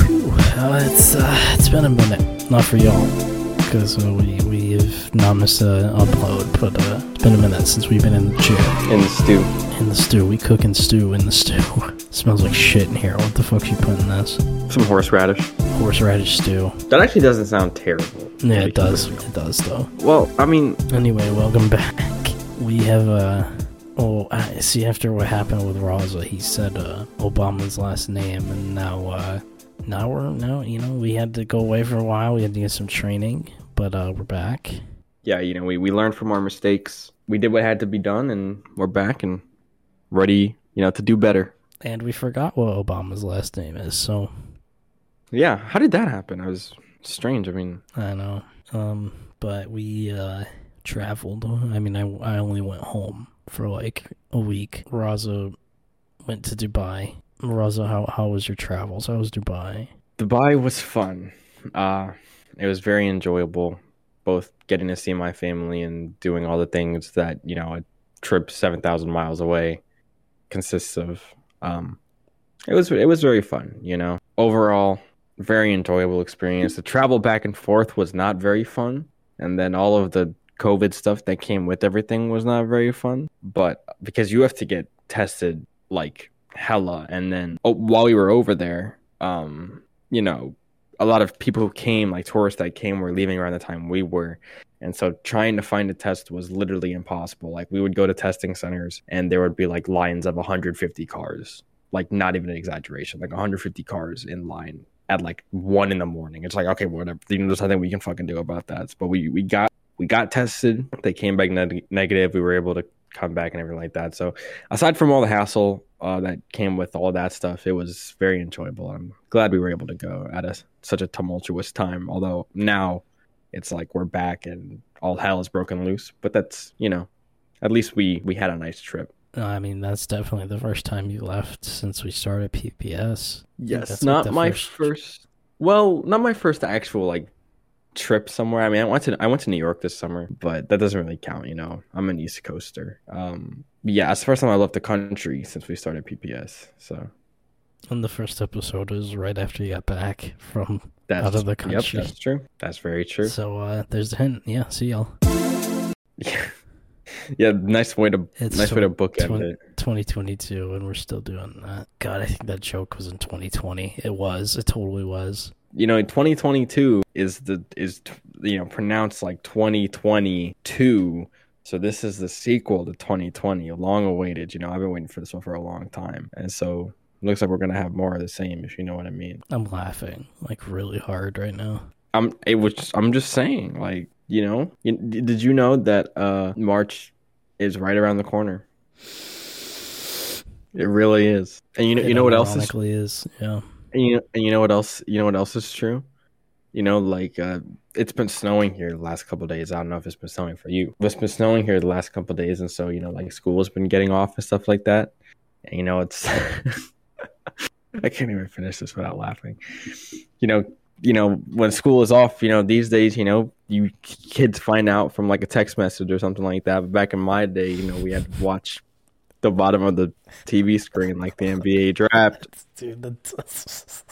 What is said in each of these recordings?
uh, it's uh, it's been a minute. Not for y'all, because uh, we we've not missed an upload, but uh, it's been a minute since we've been in the chair in the stew. in the stew. We cooking stew in the stew. Smells like shit in here. What the fuck you put in this? Some horseradish. Horseradish stew. That actually doesn't sound terrible. Yeah, it does. It does though. Well, I mean, Anyway, welcome back. We have uh oh I see after what happened with Raza, he said uh Obama's last name and now uh now we're now you know, we had to go away for a while, we had to get some training, but uh we're back. yeah, you know, we, we learned from our mistakes. We did what had to be done, and we're back and ready, you know, to do better. And we forgot what Obama's last name is, so Yeah, how did that happen? I was strange. I mean, I know. Um but we uh traveled. I mean I I only went home for like a week. Raza went to Dubai. Raza, how how was your travels? How was Dubai? Dubai was fun. Uh, it was very enjoyable, both getting to see my family and doing all the things that you know a trip seven thousand miles away consists of. Um, it was it was very fun, you know. Overall, very enjoyable experience. The travel back and forth was not very fun, and then all of the COVID stuff that came with everything was not very fun. But because you have to get tested like hella, and then oh, while we were over there, um, you know, a lot of people who came, like tourists that came, were leaving around the time we were. And so trying to find a test was literally impossible. Like we would go to testing centers and there would be like lines of 150 cars, like not even an exaggeration, like 150 cars in line at like one in the morning. It's like, okay, whatever. You know, there's nothing we can fucking do about that. But we, we got, we got tested. They came back neg- negative. We were able to come back and everything like that. So aside from all the hassle uh, that came with all that stuff, it was very enjoyable. I'm glad we were able to go at a, such a tumultuous time. Although now it's like we're back and all hell is broken loose. But that's you know, at least we we had a nice trip. No, I mean, that's definitely the first time you left since we started PPS. That's like not the my first- first... Well, not my first actual like trip somewhere. I mean, I went to I went to New York this summer, but that doesn't really count. You know, I'm an East Coaster. Um, yeah, it's the first time I left the country since we started PPS. So And the first episode was right after you got back from. that's Out of the country. Yep, that's true. That's very true. So uh, there's a hint. Yeah, see y'all. Yeah, yeah. Nice way to It's nice way to book twen- it. 2022, and we're still doing that. God, I think that joke was in 2020. It was. It totally was. You know, 2022 is the is t- you know pronounced like 2022. So this is the sequel to 2020, long awaited. You know, I've been waiting for this one for a long time, and so it looks like we're gonna have more of the same, if you know what I mean. I'm laughing like really hard right now. I'm it was just- I'm just saying, like you know, you, did you know that uh March is right around the corner? It really is, and you know, you know what else is Ironically is yeah. And you, and you know what else? You know what else is true? You know, like uh, it's been snowing here the last couple days. I don't know if it's been snowing for you, but it's been snowing here the last couple days, and so you know, like school has been getting off and stuff like that. And you know, it's I can't even finish this without laughing. You know, you know when school is off, you know these days, you know you kids find out from like a text message or something like that. But back in my day, you know, we had to watch the bottom of the TV screen like the NBA draft. Dude, that's...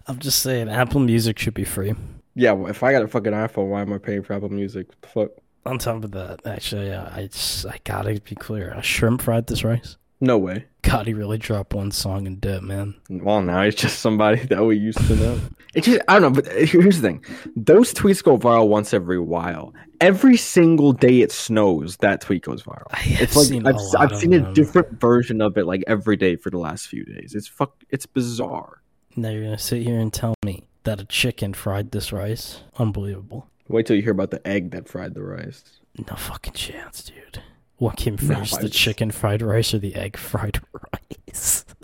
I'm just saying, Apple Music should be free. Yeah, well, if I got a fucking iPhone, why am I paying for Apple Music? Fuck. On top of that, actually, yeah, I just, I gotta be clear. I shrimp fried this rice. No way. God, he really dropped one song in debt, man. Well, now it's just somebody that we used to know. It just, I don't know, but uh, here's the thing. Those tweets go viral once every while. Every single day it snows, that tweet goes viral. I have It's like seen I've, a s- lot I've of seen a them. different version of it like every day for the last few days. It's fuck, it's bizarre. Now you're gonna sit here and tell me that a chicken fried this rice? Unbelievable. Wait till you hear about the egg that fried the rice. No fucking chance, dude. What came No, first, I the just- chicken fried rice or the egg fried rice?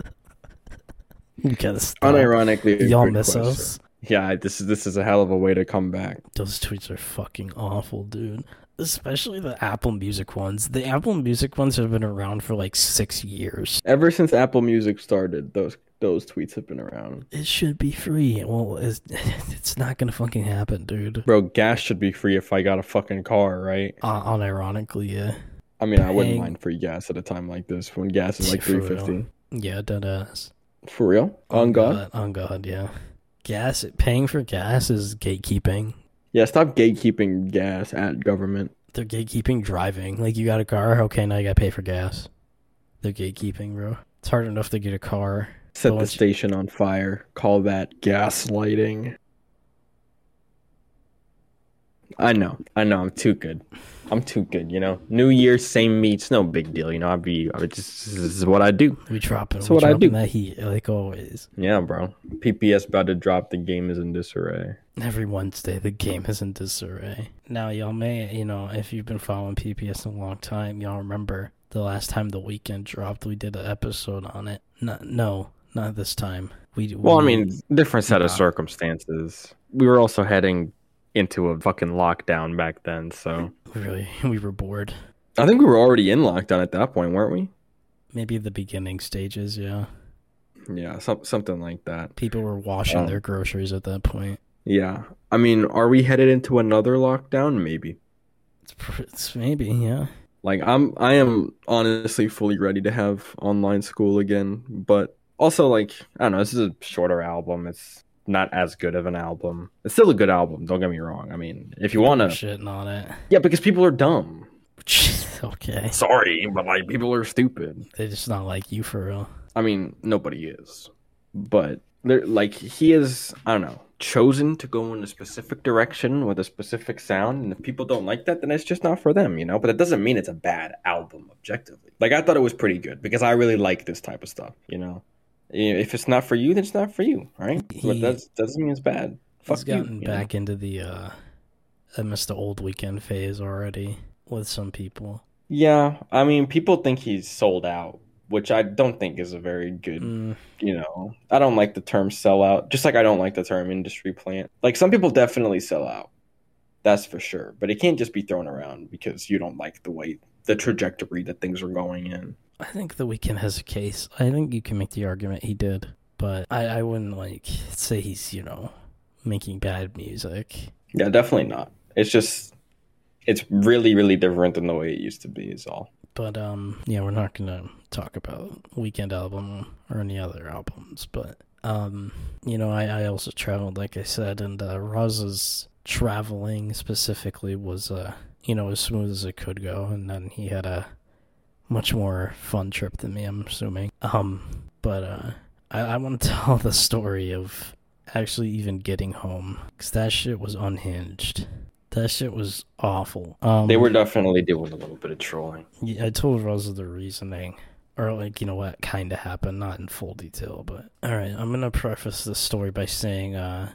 you gotta stop. Unironically, a Y'all good miss question. us. Yeah, this is this is a hell of a way to come back. Those tweets are fucking awful, dude. Especially the Apple Music ones. The Apple Music ones have been around for like six years. Ever since Apple Music started, those those tweets have been around. It should be free. Well, it's, it's not gonna fucking happen, dude. Bro, gas should be free if I got a fucking car, right? Uh, unironically, yeah. I mean, I wouldn't Dang. mind free gas at a time like this when gas is like For real. 350. Yeah, deadass. For real? On God? On God, yeah. Gas, paying for gas is gatekeeping. Yeah, stop gatekeeping gas at government. They're gatekeeping driving. Like, you got a car, okay, now you gotta pay for gas. They're gatekeeping, bro. It's hard enough to get a car. Set the once- station on fire. Call that gaslighting. I know. I know. I'm too good. I'm too good, you know? New Year, same meats. No big deal, you know? I'd be, I would just, this is what I do. We dropping, That's we what I dropping do. that heat, like always. Yeah, bro. PPS about to drop. The game is in disarray. Every Wednesday, the game is in disarray. Now, y'all may, you know, if you've been following PPS in a long time, y'all remember the last time the weekend dropped, we did an episode on it. Not, no, not this time. We Well, I we- mean, different set of Nah. circumstances. We were also heading into a fucking lockdown back then, so we really, we were bored. I think we were already in lockdown at that point, weren't we? Maybe the beginning stages, yeah. Yeah, some, something like that. People were washing Oh. their groceries at that point. Yeah. I mean, are we headed into another lockdown? Maybe. It's, pr- it's maybe, yeah. Like I'm I am honestly fully ready to have online school again, but also like I don't know, this is a shorter album. It's not as good of an album. It's still a good album, don't get me wrong. I mean, if you want to shitting on it. Yeah, because people are dumb. okay, Sorry, but like people are stupid. they just not like you for real. I mean, nobody is. But they're like he is, I don't know, chosen to go in a specific direction with a specific sound, and if people don't like that, then it's just not for them, you know? But that doesn't mean it's a bad album objectively. Like I thought it was pretty good because I really like this type of stuff, you know. You- If it's not for you, then it's not for you, right? He- but that doesn't mean it's bad. Fuck He's you. gotten you know? back into the uh I missed the old weekend phase already with some people. Yeah, I mean, people think he's sold out, which I don't think is a very good Mm, you know, I don't like the term sellout, just like I don't like the term industry plant. Like some people definitely sell out. That's for sure. But it can't just be thrown around because you don't like the way the trajectory that things are going in. I think the weekend has a case. I think you can make the argument he did, but I, I wouldn't like say he's, you know, making bad music. Yeah, definitely not. It's just it's really, really different than the way it used to be, is all. But um yeah, we're not gonna talk about weekend album or any other albums, but um you know, I, I also traveled like I said and uh Roz's traveling specifically was uh you know, as smooth as it could go and then he had a much more fun trip than me, I'm assuming. Um but uh I, I wanna tell the story of actually even getting home because that shit was unhinged. That shit was awful. Um They were definitely doing a little bit of trolling. yeah, I told Rosa the reasoning, or like you know what kind of happened, not in full detail, but all right. I'm gonna preface this story by saying, uh,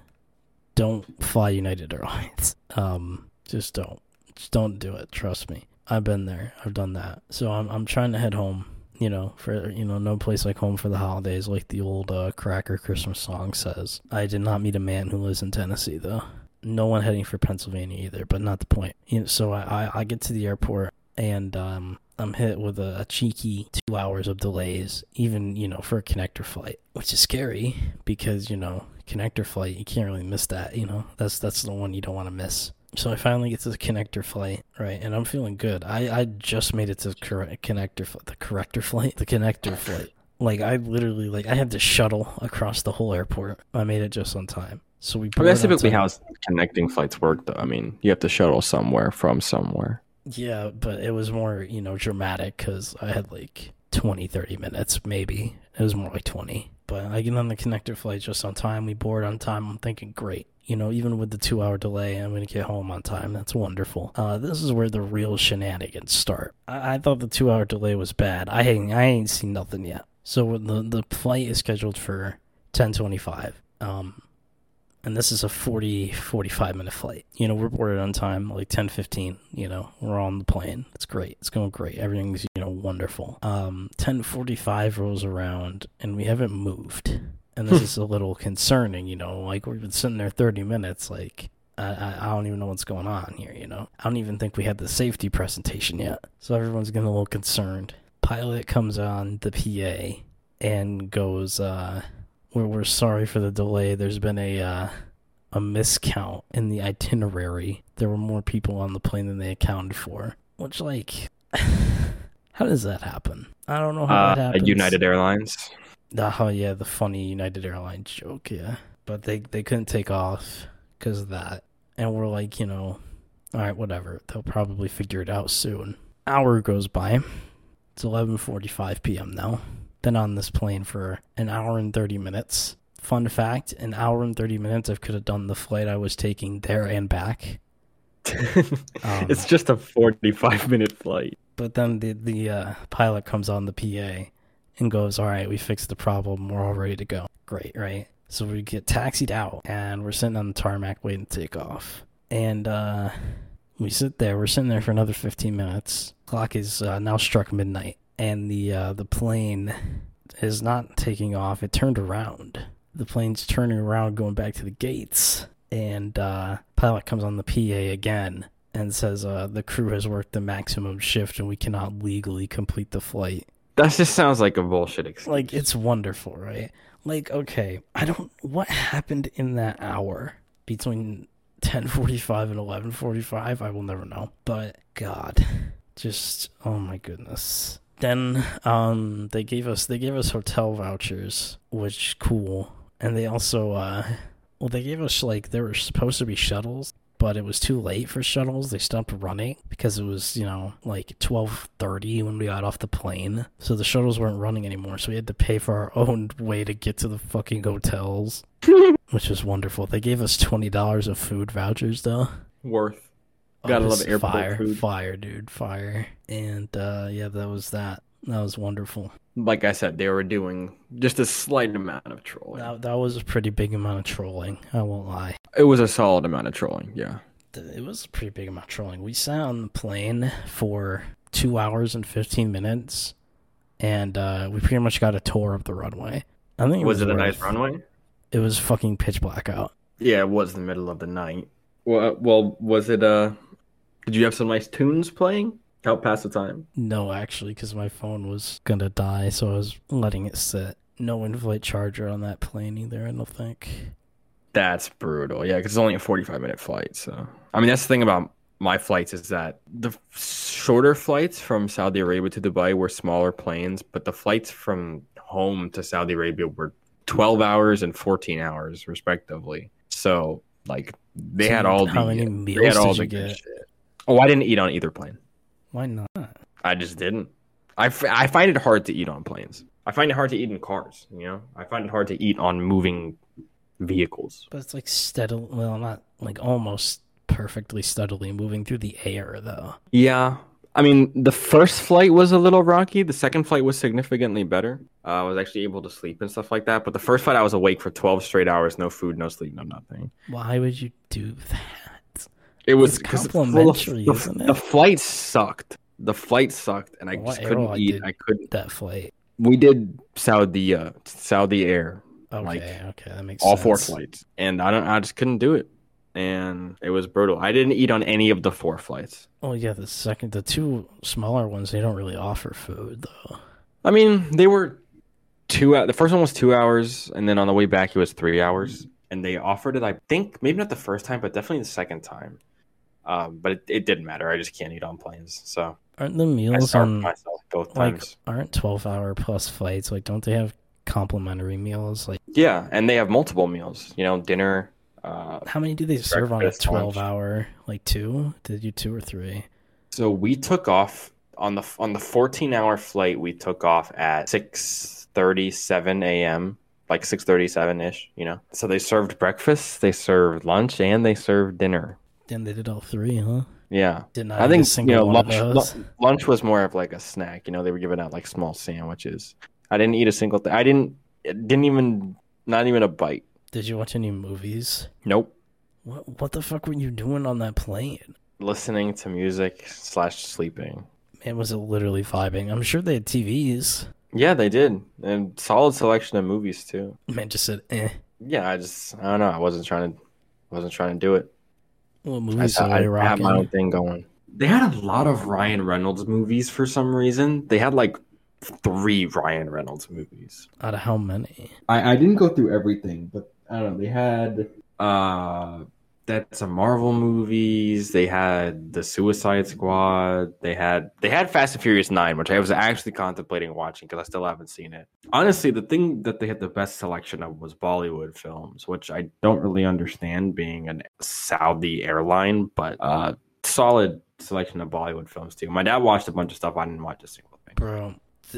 don't fly United Airlines. Um, just don't, just don't do it. Trust me, I've been there, I've done that. So I'm I'm trying to head home. You know, for you know, no place like home for the holidays, like the old uh, Cracker Christmas song says. I did not meet a man who lives in Tennessee though. No one heading for Pennsylvania either, but not the point. You know, so I, I, I get to the airport and um, I'm hit with a, a cheeky two hours of delays, even you know for a connector flight, which is scary because you know connector flight you can't really miss that. You know that's that's the one you don't want to miss. So I finally get to the connector flight, right, and I'm feeling good. I, I just made it to the cor- connector fl- the corrector flight, the connector flight. Like I literally like I had to shuttle across the whole airport. I made it just on time. So we. board on time. connecting flights work though. I mean, you have to shuttle somewhere from somewhere. Yeah, but it was more, you know, dramatic because I had like 20, 30 minutes, maybe. It was more like 20. But I get on the connector flight just on time. We board on time. I'm thinking, great. You know, even with the two hour delay, I'm going to get home on time. That's wonderful. Uh, this is where the real shenanigans start. I, I thought the two hour delay was bad. I ain't, I ain't seen nothing yet. So when the, the flight is scheduled for 1025. Um, and this is a 40 45 minute flight you know we're boarded on time like ten fifteen. you know we're on the plane it's great it's going great everything's you know wonderful um 10 rolls around and we haven't moved and this is a little concerning you know like we've been sitting there 30 minutes like I- I, I don't even know what's going on here, you know? I don't even think we had the safety presentation yet. So everyone's getting a little concerned. Pilot comes on the PA and goes, uh, we're, we're sorry for the delay. There's been a uh, a miscount in the itinerary. There were more people on the plane than they accounted for. Which, Uh, like, how does that happen? I don't know how that happens. Airlines. Oh yeah, the funny United Airlines joke, yeah. But they they couldn't take off because of that, and we're like, you know, all right, whatever. They'll probably figure it out soon. Hour goes by. It's 11:45 p.m. now. Been on this plane for an hour and 30 minutes. Fun fact: an hour and 30 minutes, I could have done the flight I was taking there and back. Um, it's just a 45 minute flight. but then the the uh, pilot comes on the PA and goes, "All right, we fixed the problem. We're all ready to go. Great, right?" So we get taxied out, and we're sitting on the tarmac waiting to take off. And uh, we sit there. We're sitting there for another fifteen minutes. Clock is uh, now struck midnight, and the uh, the plane is not taking off. It turned around. The plane's turning around, going back to the gates. And uh, pilot comes on the PA again and says uh, the crew has worked the maximum shift and we cannot legally complete the flight. That just sounds like a bullshit excuse. Like it's wonderful, right? Like okay, I don't what happened in that hour between 10:45 and 11:45, I will never know. But god, just oh my goodness. Then um they gave us they gave us hotel vouchers, which cool. And they also uh well they gave us like there were supposed to be shuttles but it was too late for shuttles. They stopped running because it was, you know, like 12:30 when we got off the plane. So the shuttles weren't running anymore. So we had to pay for our own way to get to the fucking hotels, which was wonderful. They gave us $20 of food vouchers though. Worth. Gotta Oh, love this airport fire, food. Fire, dude, fire. And uh yeah, that was that. That was wonderful. Like I said, they were doing just a slight amount of trolling. That, that was a pretty big amount of trolling. I won't lie. It was a solid amount of trolling, yeah. th- it was a pretty big amount of trolling. We sat on the plane for two hours and fifteen minutes, and uh, we pretty much got a tour of the runway. I think it was, Was it a nice worth- runway? It was fucking pitch black out. Yeah, it was the middle of the night. Well, uh, well, was it? Uh, did you have some nice tunes playing? Help pass the time. No, actually, because my phone was gonna die, so I was letting it sit. No in-flight charger on that plane either. I don't think. That's brutal. Yeah, because it's only a forty-five minute flight. So, I mean, that's the thing about my flights is that the shorter flights from Saudi Arabia to Dubai were smaller planes, but the flights from home to Saudi Arabia were twelve hours and fourteen hours respectively. So, like, they So had all how the many they meals had all did the you good get? shit. Oh, I didn't eat on either plane. Why not? I just didn't. I, f- I find it hard to eat on planes. I find it hard to eat in cars. You know, I find it hard to eat on moving vehicles. But it's like steadily, well, not like almost perfectly steadily moving through the air though. Yeah, I mean, the first flight was a little rocky. The second flight was significantly better. Uh, I was actually able to sleep and stuff like that. But the first flight, I was awake for twelve straight hours, no food, no sleep, no nothing. Why would you do that? It was It's 'cause complimentary, the, isn't it? The flight sucked. The flight sucked, and I What just couldn't airline eat. did- I couldn't. That flight. We did Saudi uh, Saudi Air. Okay, Like, okay, that makes all sense. four flights and i don't i just couldn't do it and it was brutal i didn't eat on any of the four flights Oh yeah, the second, the two smaller ones, they don't really offer food though. i mean they were two hou- the first one was two hours and then on the way back it was three hours and they offered it i think maybe not the first time but definitely the second time um, but it, it didn't matter i just can't eat on planes so Aren't the i meals starved on myself both like- times aren't twelve hour plus flights like? Don't they have complimentary meals? Like, yeah and they have multiple meals you know dinner uh, how many do they serve on a Breakfast, lunch. twelve hour? Like two? Did you two or three? So we took off on the on the 14 hour flight. We took off at 6:37 a.m. Like 6:37 ish, you know. So they served breakfast, they served lunch, and they served dinner. Then they did all three, huh? Yeah, Did not. eat I a think you single know one lunch. of lu- those. lunch was more of like a snack. You know, they were giving out like small sandwiches. I didn't eat a single thing. I didn't didn't even not even a bite. Did you watch any movies? Nope. What What the fuck were you doing on that plane? Listening to music slash sleeping. Man, was it literally vibing? I'm sure they had TVs. Yeah, they did, and solid selection of movies too. Man just said, eh. yeah, I just I don't know. I wasn't trying to wasn't trying to do it. What I, movies I, are they I had rocking? my own thing going. They had a lot of Ryan Reynolds movies for some reason. They had like three Ryan Reynolds movies. Out of how many? I, I didn't go through everything, but I don't know. They had uh that's a Marvel movies. They had the Suicide Squad. They had they had Fast and Furious Nine, which I was actually contemplating watching because I still haven't seen it. Honestly, the thing that they had the best selection of was Bollywood films, which I don't really understand being a Saudi airline, but uh, solid selection of Bollywood films too. My dad watched a bunch of stuff. I didn't watch a single thing. bro.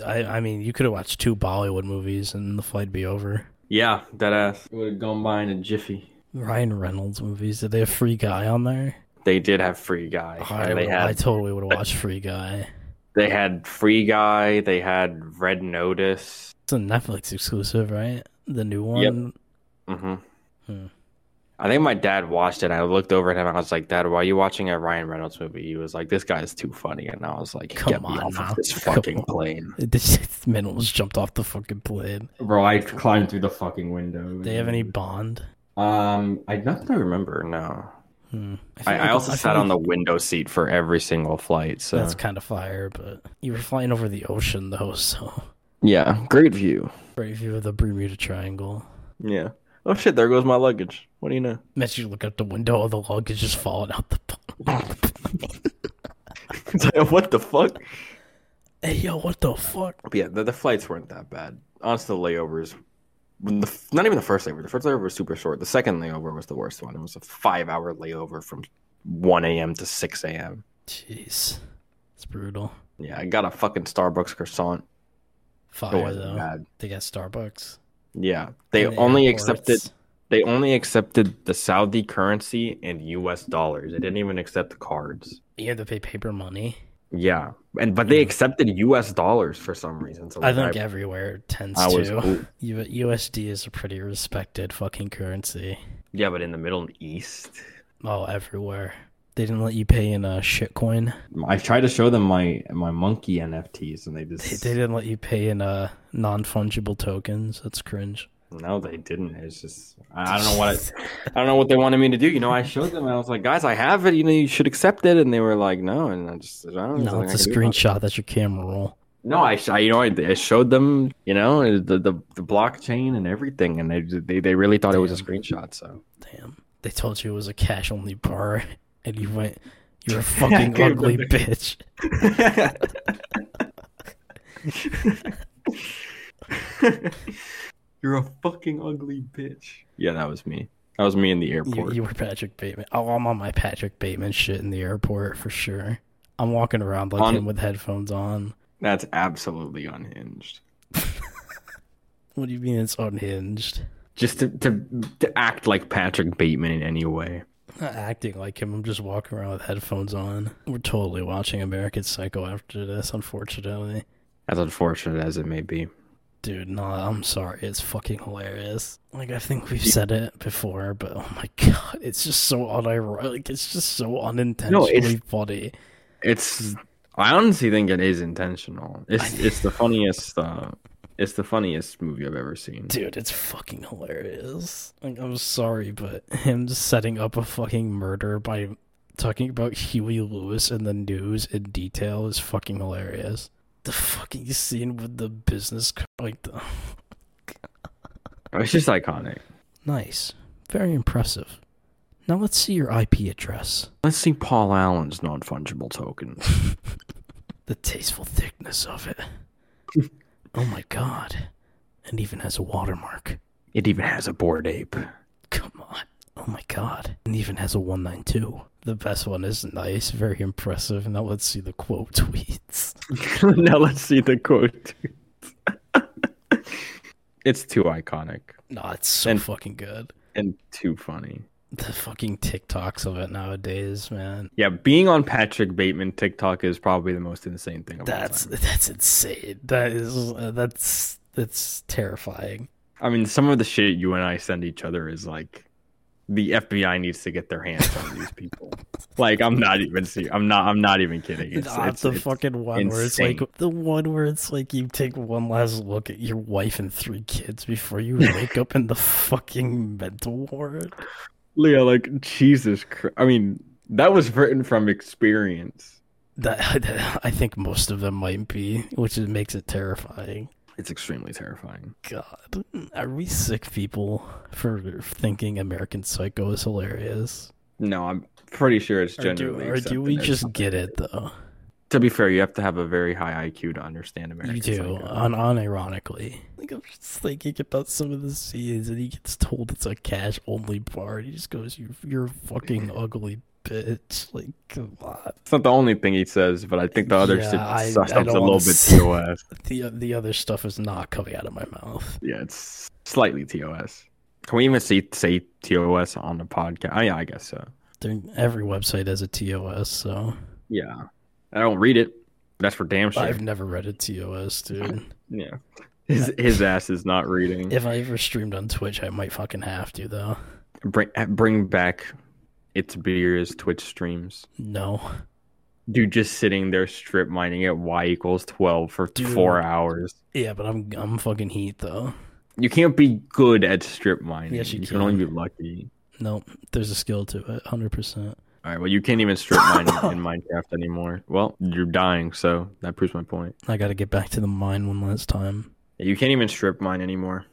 I, I mean, you could have watched two Bollywood movies and the flight'd be over. Yeah, that ass would have gone by in a jiffy. Ryan Reynolds movies. Did they have Free Guy on there? They did have Free Guy. Oh, I, and they would- had I totally would have watched Free Guy. they had Free Guy. They had Red Notice. It's a Netflix exclusive, right? The new one. Yep. hmm Hmm. I think my dad watched it. And I looked over at him and I was like, "Dad, why are you watching a Ryan Reynolds movie?" He was like, "This guy is too funny," and I was like, Come "Get me on off now. of this Come fucking on. plane, This man almost jumped off the fucking plane. bro!" I climbed through the fucking window. Do they have Mm. any Bond? Um, I not that I remember. No, Hmm. feel I, I like- also feel sat on like the window seat for every single flight. So That's kind of fire, but you were flying over the ocean though, so yeah, great view. great view of the Bermuda Triangle. Yeah. Oh shit! There goes my luggage. What do you know? Imagine you look out the window, all the luggage just falling out the. plane. It's like, what the fuck? hey yo, what the fuck? But yeah, the, the flights weren't that bad. Honestly, the layovers, when the, not even the first layover. The first layover was super short. The second layover was the worst one. It was a five-hour layover from 1 a.m. to 6 a.m. Jeez, it's brutal. Yeah, I got a fucking Starbucks croissant. It Fire wasn't Oh, though. bad. They got Starbucks. Yeah, they And the only airports. accepted they only accepted the Saudi currency and U.S. dollars. They didn't even accept cards. You have to pay paper money. Yeah, and but they accepted U.S. dollars for some reason. So Hmm. I like, think everywhere tends I was to. cool. U- USD is a pretty respected fucking currency. yeah, but in the Middle East. Oh, everywhere. They didn't let you pay in a uh, shitcoin. I tried to show them my my monkey NFTs, and they They, just they didn't let you pay in uh, non fungible tokens. That's cringe. no, they didn't. It's just I I don't know what I, I don't know what they wanted me to do. You know, I showed them, and I was like, guys, I have it. You know, you should accept it. And they were like, no, and I just I don't know. No, there's it's a nothing I can do about screenshot. That's your camera roll. it. No, I, sh- I you know I, I showed them you know the, the the blockchain and everything, and they they, they really thought it was a screenshot. So Damn. They told you it was a cash only bar, and you went, You're a fucking gave them ugly the- bitch. you're a fucking ugly bitch. Yeah, that was me. That was me in the airport. You, you were Patrick Bateman. Oh, I'm on my Patrick Bateman shit in the airport for sure. I'm walking around like On- him with headphones on. That's absolutely unhinged. What do you mean it's unhinged? Just to, to to act like Patrick Bateman in any way. I'm not acting like him. I'm just walking around with headphones on. We're totally watching American Psycho after this, unfortunately. As unfortunate as it may be. Dude, no, I'm sorry. It's fucking hilarious. Like, I think we've said it before, but oh my god, it's just so unironic. It's just so unintentionally funny. It's I honestly think it is intentional. It's it's the funniest uh it's the funniest movie I've ever seen. Dude, it's fucking hilarious. Like, I'm sorry, but him setting up a fucking murder by talking about Huey Lewis and the news in detail is fucking hilarious. The fucking scene with the business, co- like, the, It's just iconic. nice, very impressive. Now let's see your IP address. Let's see Paul Allen's non fungible token. the tasteful thickness of it. oh my god. And even has a watermark. It even has a bored ape. Come on. Oh my god. And even has a 192. The best one is nice, very impressive. Now let's see the quote tweets. now let's see the quote. it's too iconic Nah, it's so And- fucking good. and too funny. The fucking TikToks of it nowadays, man. Yeah, being on Patrick Bateman TikTok is probably the most insane thing. Of That's That's. that's insane. That is uh, that's that's terrifying. I mean, some of the shit you and I send each other is like, the FBI needs to get their hands on these people. Like, I'm not even. See, I'm not. I'm not even kidding. It's, Not it's, the it's- fucking one where it's like insane. the one where it's like you take one last look at your wife and three kids before you wake up in the fucking mental ward. Leah, like Jesus. Christ. I mean, that was written from experience. That, that- I think most of them might be, which is, makes it terrifying. It's extremely terrifying. God, are we sick people for thinking American Psycho is hilarious? No, I'm pretty sure it's Or do, generally. or do we accepted as- just get it though? To be fair, you have to have a very high IQ to understand American. You do, Psycho. un- unironically. Like I'm just thinking about some of the scenes, and he gets told it's a cash only bar, and he just goes, "You, you're a fucking ugly bitch." Like, come on. It's not the only thing he says, but I think the other Yeah, shit I- sussed I don't up a little wanna bit say- TOS. The the other stuff is not coming out of my mouth. Yeah, it's slightly TOS. Can we even say, say TOS on the podcast? Oh, yeah, I guess so. They're, every website has a TOS, so Yeah. I don't read it. That's for damn sure. I've never read a TOS, dude. Yeah. His, his ass is not reading. If I ever streamed on Twitch, I might fucking have to though. Bring, bring back its beers Twitch streams. No, Dude, just sitting there strip mining at Y equals 12 for Dude. four hours. yeah, but I'm I'm fucking heat though. You can't be good at strip mining. Yes, you you can can. only be lucky. Nope, there's a skill to it, hundred percent. All right. Well, you can't even strip mine in Minecraft anymore. Well, you're dying, so that proves my point. I got to get back to the mine one last time. You can't even strip mine anymore.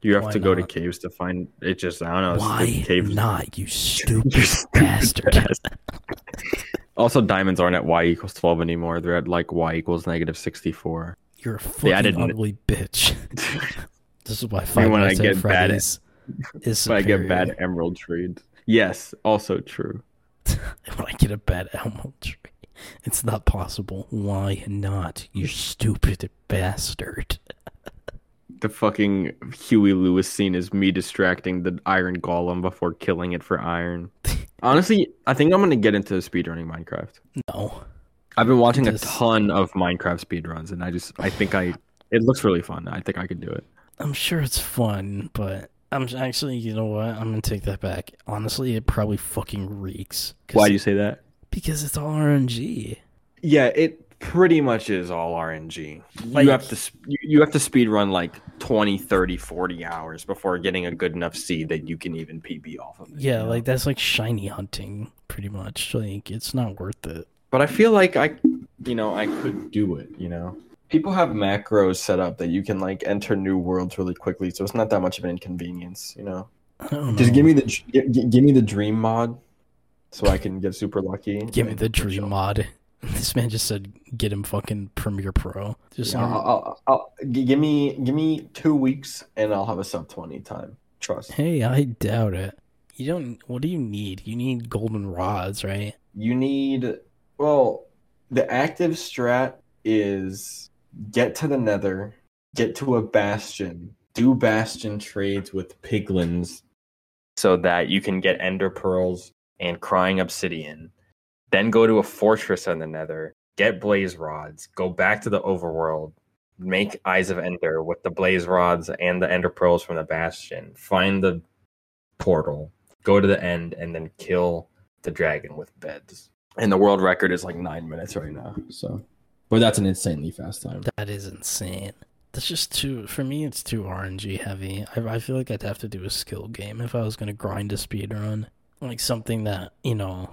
You have Why to go to not? caves to find. It just I don't know. it's- Why it's Oh, caves? not, you You stupid stupid bastard? bastard. also, diamonds aren't at y equals twelve anymore. They're at like y equals negative sixty four. You're a They fucking added n- ugly bitch. This is why Five when I Nights at get bad at- Freddy's is But I superior. get bad emerald trades. Yes, also true. when I get a bad Elmo tree. It's not possible. Why not, you stupid bastard? The fucking Huey Lewis scene is me distracting the iron golem before killing it for iron. Honestly, I think I'm gonna get into speedrunning Minecraft. No. I've been watching a Just- ton of Minecraft speedruns, and I just I think I it looks really fun. I think I could do it. I'm sure it's fun, but I'm actually, you know what? I'm gonna take that back. Honestly, it probably fucking reeks. 'Cause- Why do you say that? Because it's all RNG. Yeah, it pretty much is all RNG. Like- you have to sp- you- you have to speedrun like 20, 30, 40 hours before getting a good enough seed that you can even PB off of it. Yeah, you know? like that's like shiny hunting, pretty much. Like it's not worth it. But I feel like I you know, I could do it, you know. People have macros set up that you can like enter new worlds really quickly, so it's not that much of an inconvenience, you know. I don't Just know. give me the dr- gi- gi- give me the dream mod, so I can get super lucky. give me the dream mod. This man just said, "Get him fucking Premiere Pro." Just Yeah, I'll, normal- I'll, I'll, gi- give me give me two weeks, and I'll have a sub twenty time. Trust. hey, I doubt it. You don't. What do you need? You need golden rods, right? You need well, the active strat is get to the Nether, get to a bastion, do bastion trades with piglins, so that you can get ender pearls and crying obsidian. Then go to a fortress on the Nether, get blaze rods, go back to the overworld, make eyes of ender with the blaze rods and the ender pearls from the bastion. Find the portal, go to the end, and then kill the dragon with beds. And the world record is like nine minutes right now. So, but that's an insanely fast time. That is insane. That's just too. For me, it's too RNG heavy. I, I feel like I'd have to do a skill game if I was gonna grind a speed run, like something that you know.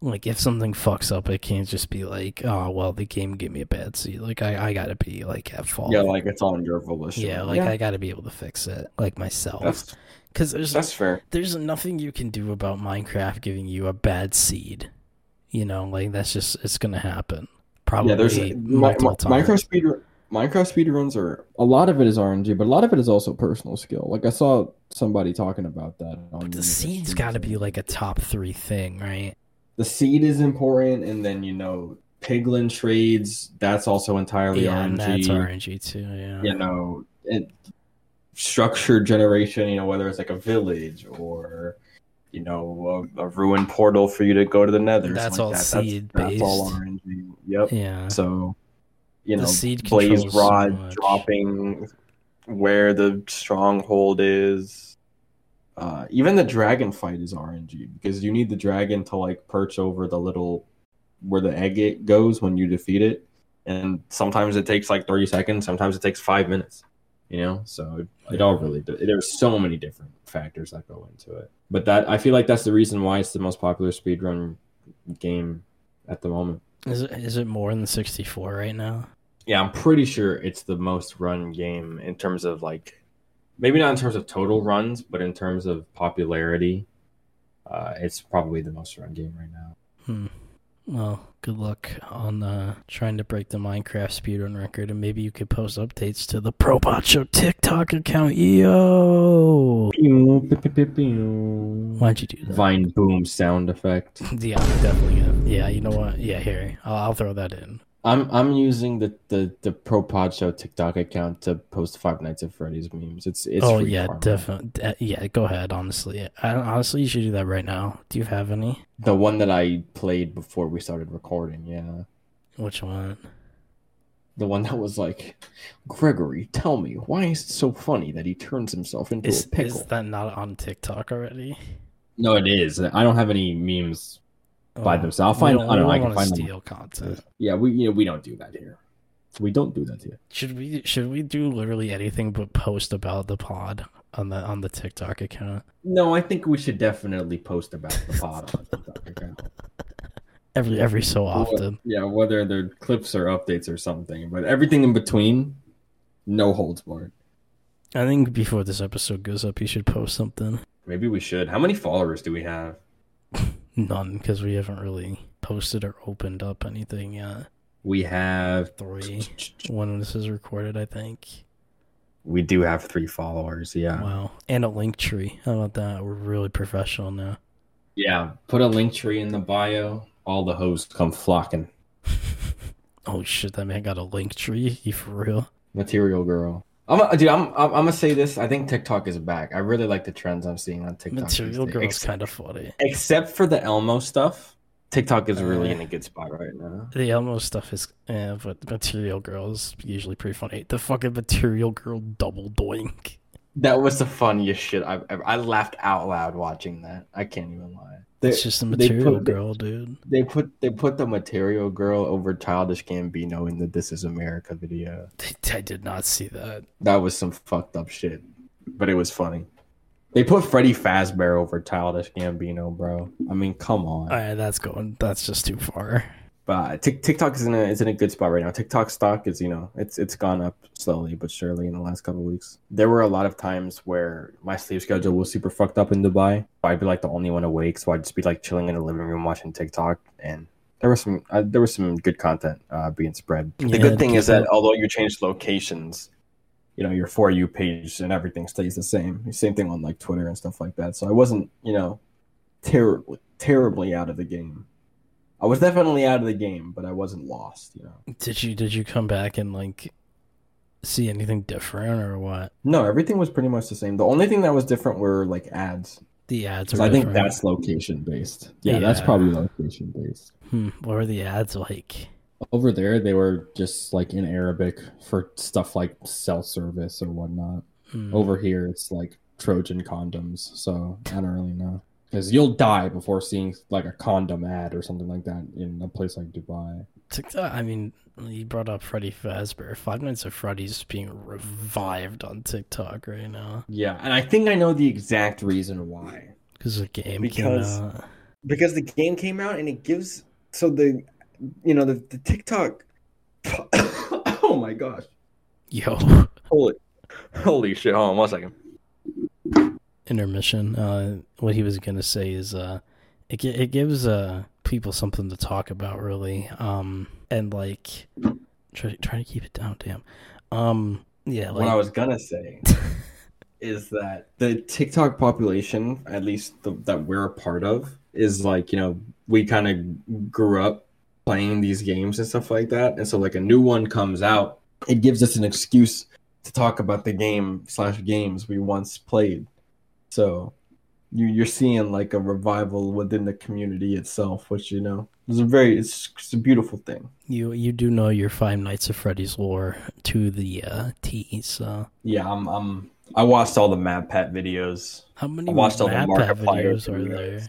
Like if something fucks up, it can't just be like, oh well, the game gave me a bad seat. Like I, I gotta be like at fault. Yeah, like it's on your volition. Yeah, like I got to be able to fix it like myself that's because there's that's fair. there's nothing you can do about Minecraft giving you a bad seed. You know, like that's just it's gonna happen. Probably yeah, there's my, my, multiple times. Minecraft speed Minecraft speedruns are a lot of it is RNG, but a lot of it is also personal skill. Like I saw somebody talking about that. On But the one of seed's streams. got to be like a top three thing, right? the seed is important, and then you know piglin trades. That's also entirely yeah, RNG. and that's RNG too. Yeah, you know it, structured generation you know whether it's like a village or you know a, a ruined portal for you to go to the nether That's something all like seed that's, that's all based. RNG. yep yeah. so you The know seed blaze controls so rod much. dropping where the stronghold is uh, even the dragon fight is RNG because you need the dragon to like perch over the little where the egg it goes when you defeat it, and sometimes it takes like thirty seconds, sometimes it takes five minutes. You know, so it, it all really d- there's so many different factors that go into it. But that I feel like that's the reason why it's the most popular speedrun game at the moment. Is it is it more than sixty four right now? Yeah, I'm pretty sure it's the most run game in terms of like maybe not in terms of total runs, but in terms of popularity. Uh, it's probably the most run game right now. Hmm. Well, good luck on uh, trying to break the Minecraft speedrun record, and maybe you could post updates to the Probot Show TikTok account. Yo! Why'd you do that? Vine boom sound effect. Yeah, I'm definitely gonna. Yeah, you know what? Yeah, here. I'll, I'll throw that in. I'm I'm using the the the ProPod Show TikTok account to post Five Nights at Freddy's memes. It's it's oh, free yeah, farm. definitely. yeah, go ahead, honestly. I, honestly, you should do that right now. Do you have any? The one that I played before we started recording, yeah. Which one? The one that was like, Gregory, tell me, why is it so funny that he turns himself into Is, a pickle? is that not on TikTok already? No, it is. I don't have any memes by Oh, themselves. I'll we find. don't- I we don't don't know. I can wanna find them. steal content. Yeah, we you know we don't do that here. We don't do that here. Should we should we do literally anything but post about the pod on the on the TikTok account? No, I think we should definitely post about the pod on TikTok account. Every every so Well, often. Yeah, whether they're clips or updates or something, but everything in between, no holds barred. I think before this episode goes up, you should post something. Maybe we should. How many followers do we have? None, because we haven't really posted or opened up anything yet. We have Three. When this is recorded, I think. We do have three followers. Yeah. Wow, and a link tree. How about that? We're really professional now. Yeah. Put a link tree in the bio. All the hoes come flocking. Oh shit, that man got a link tree. You for real? Material girl. I'm a, dude. I'm, I'm. I'm gonna say this. I think TikTok is back. I really like the trends I'm seeing on TikTok. these Material days. girl's Ex- kind of funny. except for the Elmo stuff. TikTok is really Uh, in a good spot right now. The Elmo stuff is, eh, but Material Girl is usually pretty funny. The fucking Material Girl double doink. That was the funniest shit I've ever. I laughed out loud watching that. I can't even lie. They, It's just the they Material put the- Girl, dude. they put they put the Material Girl over Childish Gambino in the "This Is America" video. I did not see that. That was some fucked up shit, but it was funny. They put Freddie Fazbear over Childish Gambino, bro. I mean, come on. All right, that's going. That's just too far. But Tik TikTok is in a is in a good spot right now. TikTok stock is you know it's it's gone up slowly but surely in the last couple of weeks. There were a lot of times where my sleep schedule was super fucked up in Dubai. I'd be like the only one awake, so I'd just be like chilling in the living room watching TikTok, and there was some uh, there was some good content uh, being spread. Yeah, the good thing is that people- although you change locations, you know your for you page and everything stays the same. Same thing on like Twitter and stuff like that. So I wasn't you know terribly terribly out of the game. I was definitely out of the game, but I wasn't lost, you know. Did you did you come back and like see anything different or what? No, everything was pretty much the same. The only thing that was different were like ads. The ads. So Were I think different. that's location based. Yeah, that's Yeah. probably location based. Hmm, what were the ads like? Over there, they were just like in Arabic for stuff like cell service or whatnot. Hmm. Over here, it's like Trojan condoms. So I don't really know. Because you'll die before seeing like a condom ad or something like that in a place like Dubai. TikTok. uh, I mean, you brought up Freddy Fazbear. Five Nights at Freddy's being revived on TikTok right now Yeah, and I think I know the exact reason why. because the game Because- came out. because the game came out and it gives so the you know the, the TikTok. oh my gosh! Yo. Holy, holy shit! Hold on one second. intermission. Uh, what he was gonna say is, uh, it gi- it gives uh people something to talk about, really. Um, and like, try try to keep it down. Damn. Um, yeah. what Like, I was gonna say is that the TikTok population, at least the, that we're a part of, is like you know we kind of grew up playing these games and stuff like that, and so like a new one comes out, it gives us an excuse to talk about the game slash games we once played. So you you're seeing like a revival within the community itself, which you know is a very it's, it's a beautiful thing. you you do know your Five Nights at Freddy's lore to the uh, T. So Yeah, I'm I'm I watched all the Mad Pat videos. how many I watched all the map app Markiplier videos are videos. there?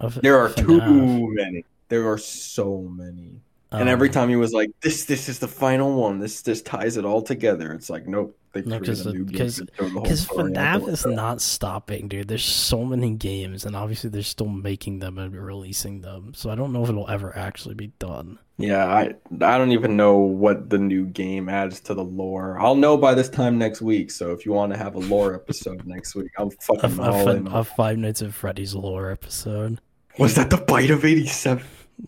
Of There are FNAF? too many. There are so many. and Oh. Um, every time he was like, "This, this is the final one. This, this ties it all together." It's like, nope, they No, created 'cause a the- new game 'cause- and throw the whole Because story out the FNAF is window. not stopping, dude. There's so many games, and obviously they're still making them and releasing them. So I don't know if it'll ever actually be done. Yeah, I, I don't even know what the new game adds to the lore. I'll know by this time next week. So if you want to have a lore episode next week, I'm A, fucking a, all fin- in. a Five Nights at Freddy's lore episode. Was that the bite of '87?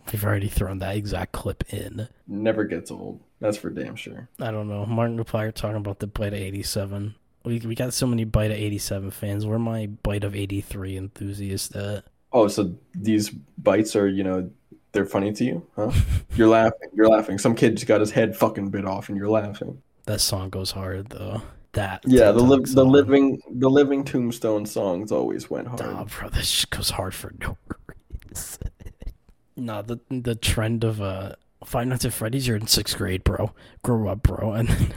They've already thrown that exact clip in. Never gets old. That's for damn sure. I don't know. Martin Replier talking about the Bite of 87. We, we got so many Bite of 87 fans. Where my Bite of 83 enthusiast at? Oh, so these bites are, you know, they're funny to you, huh? You're laughing. You're laughing. Some kid just got his head fucking bit off, and you're laughing. That song goes hard, though. That. Yeah, the TikTok li- the song. living the living tombstone songs always went hard. Nah, bro, this just goes hard for no reason. nah, the the trend of uh Five Nights at Freddy's, you're in sixth grade, bro. Grow up, bro, and then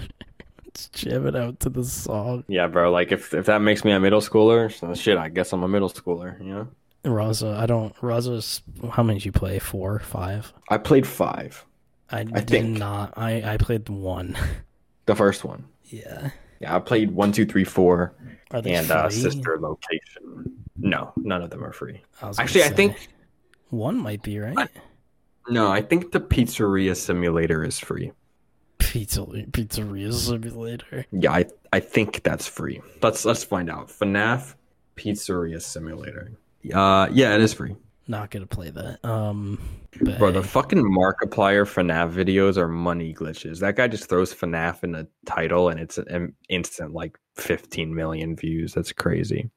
let's jam it out to the song. Yeah, bro. Like if if that makes me a middle schooler, so shit, I guess I'm a middle schooler. You know, Raza, I don't Raza's how many did you play? Four, five? I played five, I, did think. not I, I played one. the first one. yeah. Yeah, I played one, two, three, four, Are they and uh, free? sister location. No, none of them are free. I was gonna Actually, I say, think one might be, right? I- no, I think the pizzeria simulator is free. Pizza pizzeria simulator. Yeah, I, I think that's free. Let's let's find out. FNAF Pizzeria Simulator. Uh, yeah, it is free. Not gonna play that. Um Bro, the but- fucking Markiplier FNAF videos are money glitches. That guy just throws FNAF in the title, and it's an instant like 15 million views. That's crazy.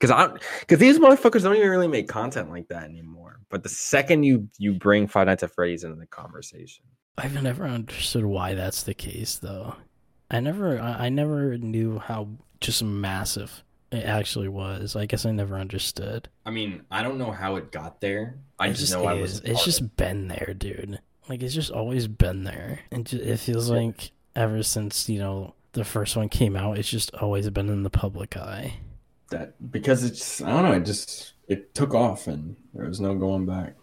Because I because these motherfuckers don't even really make content like that anymore. But the second you you bring Five Nights at Freddy's into the conversation, I've never understood why that's the case, though. I never, I I never knew how just massive it actually was. I guess I never understood. I mean, I don't know how it got there. I It just, know I is. was. a It's part of just been there, dude. Like it's just always been there, and ju- it feels like ever since you know the first one came out, it's just always been in the public eye. that because it's I don't know, it just it took off and there was no going back.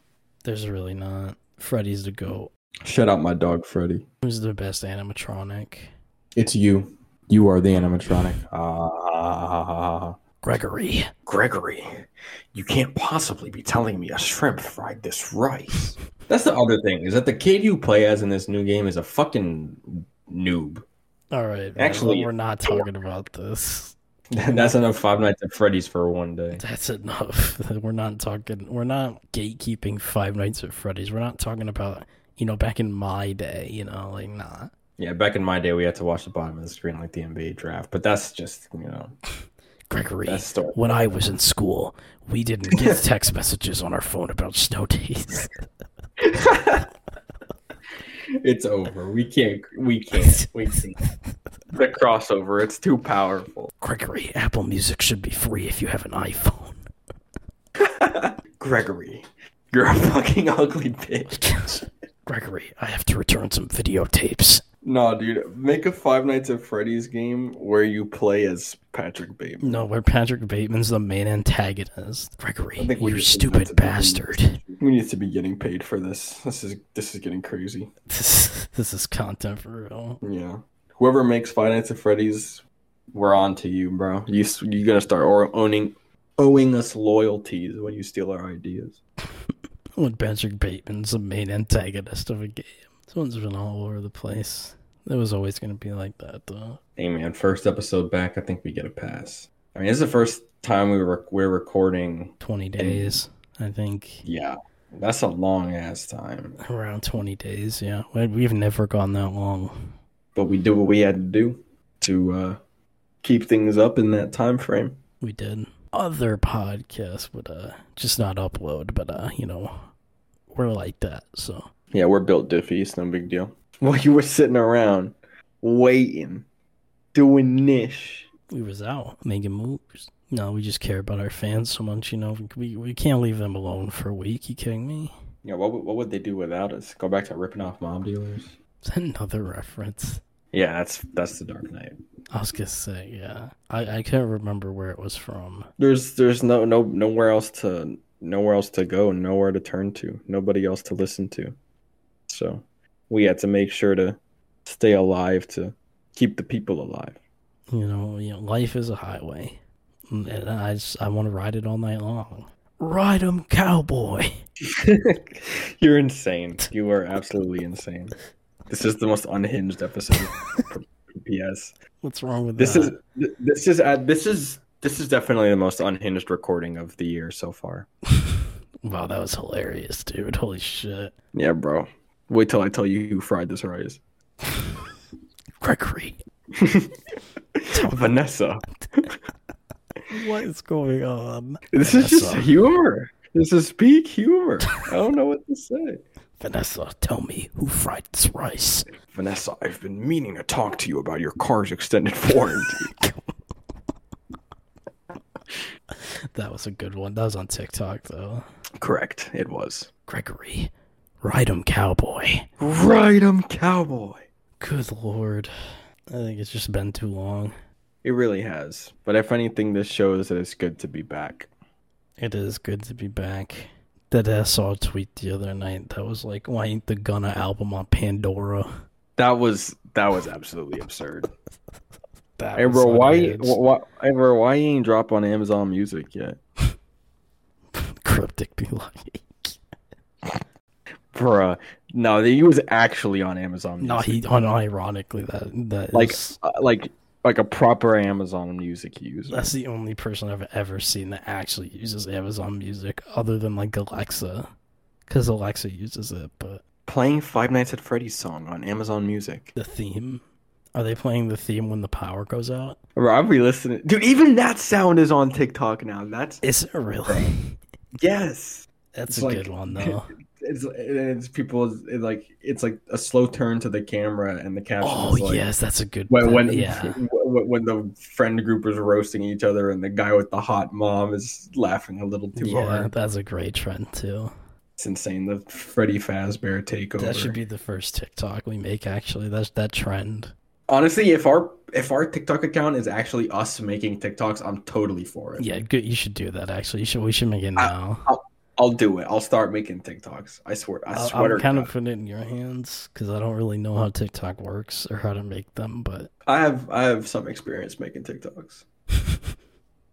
There's really not. Freddy's the goat. Shut up, my dog Freddy. Who's the best animatronic? It's you. You are the animatronic. Ah, Gregory. Gregory, you can't possibly be telling me a shrimp fried this rice. That's the other thing is that the kid you play as in this new game is a fucking noob. All right. man, Actually- we're not talking about this. That's enough Five Nights at Freddy's for one day. That's enough. We're not talking. We're not gatekeeping Five Nights at Freddy's. We're not talking about you know back in my day. You know, like nah. Yeah, back in my day, we had to watch the bottom of the screen like the NBA draft, but that's just you know Gregory, that's story. when I was in school, we didn't get text messages on our phone about snow days. It's over. We can't. We can't. We can't. The crossover. It's too powerful. Gregory, Apple Music should be free if you have an iPhone. Gregory, you're a fucking ugly bitch. Gregory, I have to return some videotapes. No, dude. Make a Five Nights at Freddy's game where you play as Patrick Bateman. No, where Patrick Bateman's the main antagonist. Gregory, I think we you just- stupid bastard. We need to be getting paid for this. This is this is getting crazy. This, this is content for real. Yeah. Whoever makes Five Nights at Freddy's, we're on to you, bro. You s- you gotta start or owning owing us loyalties when you steal our ideas. when Patrick Bateman's the main antagonist of a game. This one's been all over the place. It was always going to be like that, though. Hey man, first episode back. I think we get a pass. I mean, this is the first time we were we're recording. 20 days, I think. Yeah, that's a long ass time. Around 20 days, yeah. We- We've never gone that long. But we did what we had to do to uh, keep things up in that time frame. We did other podcasts, but uh, just not upload, but uh, you know, we're like that, so. Yeah, we're built diffy. It's no big deal. Well, you were sitting around waiting, doing niche. We was out making moves. No, we just care about our fans so much, you know. We we can't leave them alone for a week. You kidding me? Yeah, what would- what would they do without us? Go back to ripping off mom dealers? Is that another reference? Yeah, that's that's the Dark Knight. I was gonna say, yeah. I, I couldn't remember where it was from. There's there's no no nowhere else to nowhere else to go, nowhere to turn to, nobody else to listen to. It's So we had to make sure to stay alive to keep the people alive. You know, you know life is a highway. And I just, I want to ride it all night long. Ride 'em, cowboy. You're insane. You are absolutely insane. This is the most unhinged episode. of PS. What's wrong with This that? is this is uh, this is this is definitely the most unhinged recording of the year so far. Wow, that was hilarious, dude. Holy shit. Yeah, bro. Wait till I tell you who fried this rice. Gregory, Vanessa. what is going on? This is just Vanessa. humor. This is peak humor. I don't know what to say. Vanessa, tell me who fried this rice. Vanessa, I've been meaning to talk to you about your car's extended warranty. That was a good one. That was on TikTok, though. Correct. It was. Gregory, ride 'em, cowboy. Ride 'em, cowboy. Good lord. I think it's just been too long. It really has. But if anything, this shows that it's good to be back. It is good to be back. That I saw a tweet the other night that was like, why ain't the Gunna album on Pandora? That was that was absolutely absurd. That Hey was bro, why, unhinged. why, hey bro, why you ain't drop on Amazon Music yet, Cryptic be like. bruh? No, he was actually on Amazon. Music. No, he unironically that that like is- uh, like like a proper Amazon Music user. that's the only person I've ever seen that actually uses Amazon Music other than like Alexa, because Alexa uses it. But Playing Five Nights at Freddy's song on Amazon Music. the theme, are they playing the theme when the power goes out? Bro, I'll be listening, dude. Even that sound is on TikTok now. That's Is it really? yes. That's It's a like- good one though. It's it's people it's like it's like a slow turn to the camera and the caption. Oh is like, yes, that's a good. when when, yeah, when when the friend group is roasting each other and the guy with the hot mom is laughing a little too yeah, hard. that's a great trend too. It's insane. The Freddy Fazbear takeover. That should be the first TikTok we make. Actually, that's that trend. Honestly, if our if our TikTok account is actually us making TikToks, I'm totally for it. Yeah, good. You should do that. Actually, you should. We should make it I- now. I'll do it. I'll start making TikToks. I swear. I I swear. am to Uh, kind God. of putting it in your hands because I don't really know how TikTok works or how to make them, but I have I have some experience making TikToks.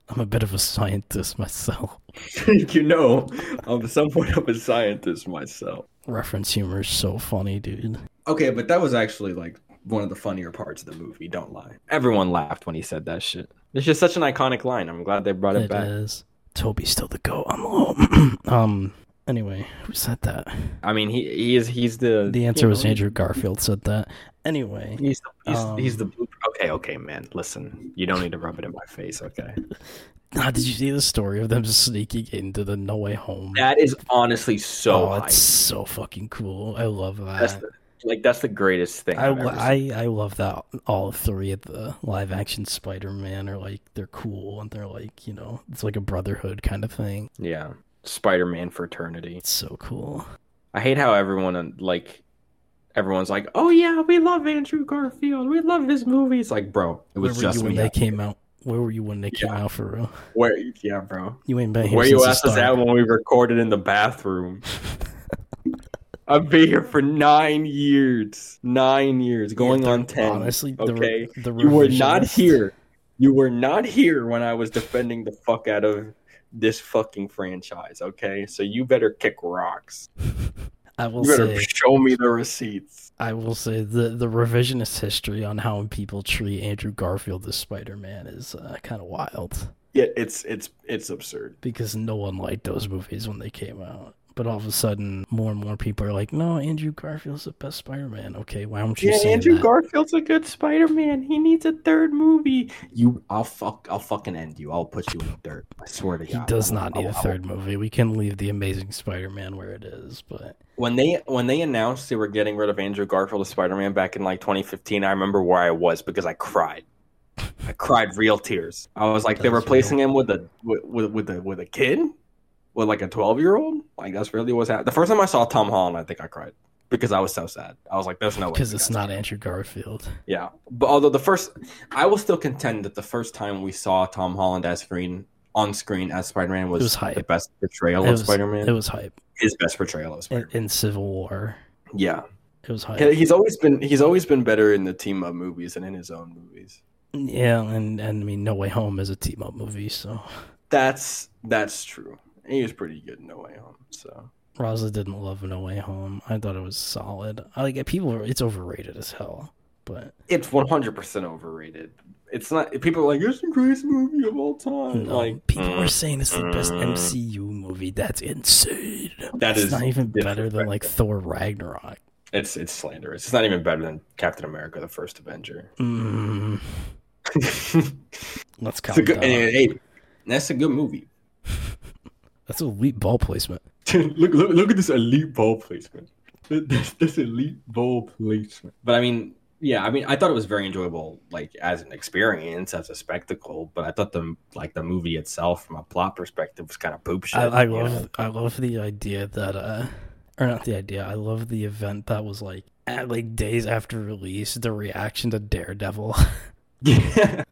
I'm a bit of a scientist myself. you know, I'm somewhat of a scientist myself. Reference humor is so funny, dude. Okay, but that was actually like one of the funnier parts of the movie. Don't lie. Everyone laughed when he said that shit. It's just such an iconic line. I'm glad they brought It it, is. back. Toby's still the goat. I'm home. um. Anyway, who said that? I mean, he he is he's the The answer you was know, Andrew Garfield said that. Anyway, He's the, he's, he's Um, the blue. Okay, okay, man. Listen, you don't need to rub it in my face. Okay, Ah, did you see the story of them sneaking into the No Way Home? that is honestly so oh, high. it's so fucking cool. I love That's that. the, like that's the greatest thing. I, I've ever seen. I, I love that all three of the live action Spider Man are like they're cool and they're like you know it's like a brotherhood kind of thing. yeah, Spider-Man fraternity. It's so cool. I hate how everyone uh, like everyone's like, "Oh yeah, we love Andrew Garfield. We love his movies." Like, bro, it Where was were just you when me. they came out? Where were you when they came out for real? Where, yeah, bro. You ain't been here Where since you the asked us start. at when we recorded in the bathroom? I've been here for nine years. Nine years, going Yeah, on ten. Honestly, the, re- okay, the you were not revisionist- here. You were not here when I was defending the fuck out of this fucking franchise. Okay, so you better kick rocks. I will You better say show me the receipts. I will say the the revisionist history on how people treat Andrew Garfield as Spider Man is uh, kind of wild Yeah, it's it's it's absurd. because no one liked those movies when they came out. But all of a sudden, more and more people are like, "No, Andrew Garfield's the best Spider Man." Okay, why don't you Yeah, say Andrew that? Garfield's a good Spider-Man. He needs a third movie. You, I'll fuck, I'll fucking end you. I'll put you in the dirt. I swear to he God. does I will- not I need a will- I third movie. We can leave the Amazing Spider Man where it is. But will- When they when they announced they were getting rid of Andrew Garfield as Spider-Man back in like 2015, I remember where I was because I cried. I cried real tears. I was like, That they're is replacing him with a with with, with a with a kid, with like a 12 year old. Like that's really what's happening. The first time I saw Tom Holland, I think I cried because I was so sad. I was like, there's no way because this it's guy's not Andrew Garfield, Yeah, but although the first, I will still contend that the first time we saw Tom Holland as screen on screen as Spider Man was, It was hype. the best portrayal It of was- Spider it Man. was hype His best portrayal of in, Spider Man. in Civil War. Yeah, It was hard. he's always been he's always been better in the team up movies than in his own movies. Yeah, and, and I mean, No Way Home is a team up movie, so That's that's true. He was pretty good in No Way Home. So Rosa didn't love No Way Home. I thought it was solid. I like people. Are, it's overrated as hell, but it's one hundred percent overrated. It's not people are like it's the greatest movie of all time. no, Like people are saying it's the best MCU movie. That's insane. Mm. that it's is not even better than disrespectful. like Thor Ragnarok. it's it's slanderous. It's not even better than Captain America: The First Avenger. Mm, let's It's a calm good, eh, down. and, hey, that's a good movie. That's elite ball placement. look, look, look at this elite ball placement. This, this elite ball placement. But I mean, yeah, I mean, I thought it was very enjoyable, like as an experience, as a spectacle. But I thought the like the movie itself, from a plot perspective, was kind of poop shit. I, I you know? love I love the idea that uh or not the idea. I love the event that was like at like days after release, the reaction to Daredevil. Yeah.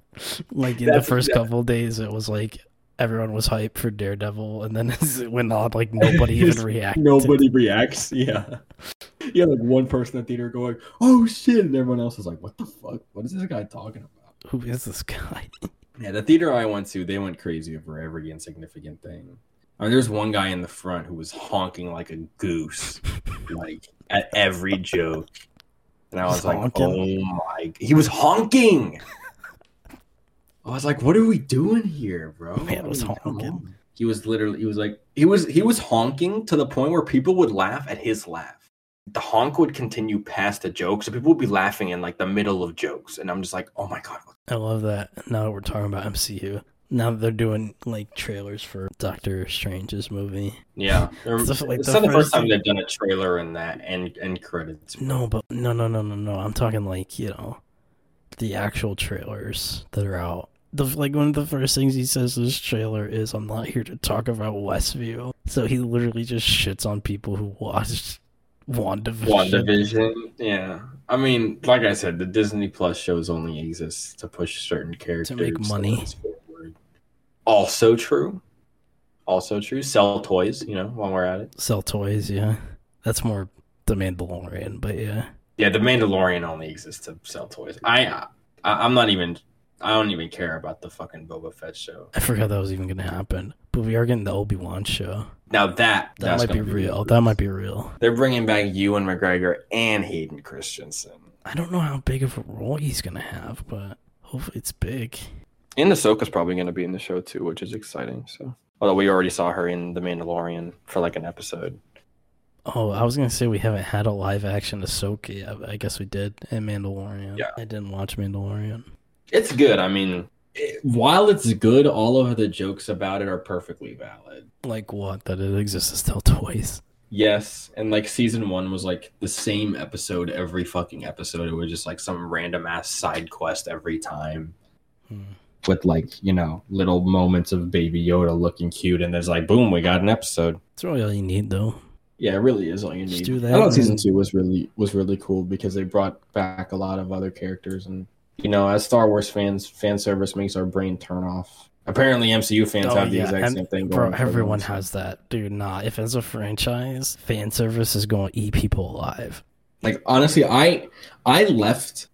like in That's the first couple days, it was like everyone was hyped for Daredevil, and then as it went on, like nobody even Just reacted. Nobody reacts. Yeah. Yeah, like one person in the theater going, "Oh shit!" and everyone else is like, "What the fuck? What is this guy talking about?" Who is this guy? Yeah, the theater I went to, they went crazy over every insignificant thing. I mean, there's one guy in the front who was honking like a goose, like at every joke, and I was He's like, honking? "Oh my!" He was honking. I was like, "What are we doing here, bro?" Man was I mean, come honking. on. He was literally. He was like, he was he was honking to the point where people would laugh at his laugh. The honk would continue past the joke, so people would be laughing in like the middle of jokes, and I'm just like, "Oh my god, I love that. Now that we're talking about MCU, now that they're doing like trailers for Doctor Strange's movie. Yeah, it's, It's the- like, the not the first first time thing- they've done a trailer and that and and credits. No, but no, no, no, no, no. I'm talking like you know, the actual trailers that are out. The like one of the first things he says in this trailer is, "I'm not here to talk about Westview." So he literally just shits on people who watched WandaVision. WandaVision, yeah. I mean, like I said, the Disney Plus shows only exist to push certain characters money. things forward. Also true. Also true. Sell toys, you know, while we're at it. Sell toys, yeah. That's more the Mandalorian, but yeah. Yeah, the Mandalorian only exists to sell toys. I, I I'm not even. I don't even care about the fucking Boba Fett show. I forgot that was even gonna happen. But we are getting the Obi Wan show. Now that That that's might be gonna real. That might be real. They're bringing back Ewan McGregor and Hayden Christensen. I don't know how big of a role he's gonna have, but hopefully it's big. And Ahsoka's probably going to be in the show too, which is exciting. So, although we already saw her in The Mandalorian for like an episode. Oh, I was gonna say we haven't had a live action Ahsoka yet. but I guess we did in Mandalorian. Yeah. I didn't watch Mandalorian. It's good. I mean, it- while it's good, all of the jokes about it are perfectly valid. Like what? That it exists to sell toys. Yes, and like season one was like the same episode every fucking episode. It was just like some random ass side quest every time. Hmm. With like you know little moments of Baby Yoda looking cute, and there's like boom, we got an episode. That's really all you need though. Yeah, it really is all you Just need. do that I and thought season then- two was really was really cool because they brought back a lot of other characters, and you know, as Star Wars fans, fan service makes our brain turn off. Apparently, MCU fans Oh, have the yeah, exact and- same thing. Bro, going for everyone them. has that. Dude, nah. If it's a franchise, fan service is gonna eat people alive. Like honestly, I I left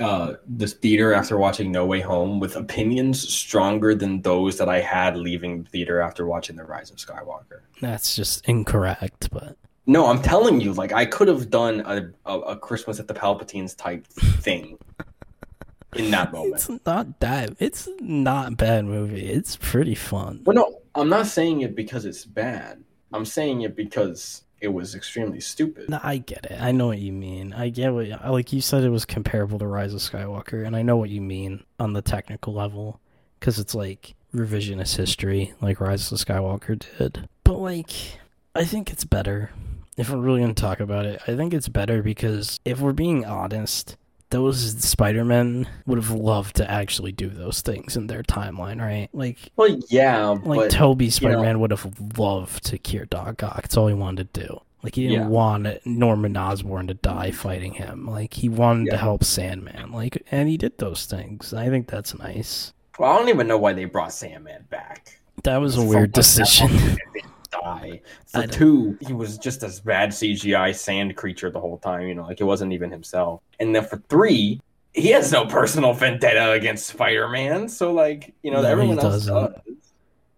uh this theater after watching No Way Home with opinions stronger than those that I had leaving the theater after watching The Rise of Skywalker. That's just incorrect, but No, I'm telling you, like I could have done a, a, a Christmas at the Palpatines type thing in that moment. it's not that it's not a bad movie. It's pretty fun. But no, I'm not saying it because it's bad. I'm saying it because it was extremely stupid. No, I get it. I know what you mean. I get what I- like you said it was comparable to Rise of Skywalker, and I know what you mean on the technical level because it's like revisionist history, like Rise of Skywalker did. But like, I think it's better. If we're really gonna talk about it, I think it's better because if we're being honest, those Spider-Men would have loved to actually do those things in their timeline, right? Like, Well, yeah, like but Toby Spider Man would have loved to cure Doc Ock. That's all he wanted to do. Like he didn't Yeah. want Norman Osborn to die fighting him. Like he wanted to Yeah. help Sandman. Like and he did those things. I think that's nice. well, I don't even know why they brought Sandman back. That was a Fuck weird that. decision. Dumb CGI. For I don't- two, he was just this bad CGI sand creature the whole time. You know, like it wasn't even himself. And then for three, he has no personal vendetta against Spider-Man. So like, you know, No, he everyone else doesn't. does.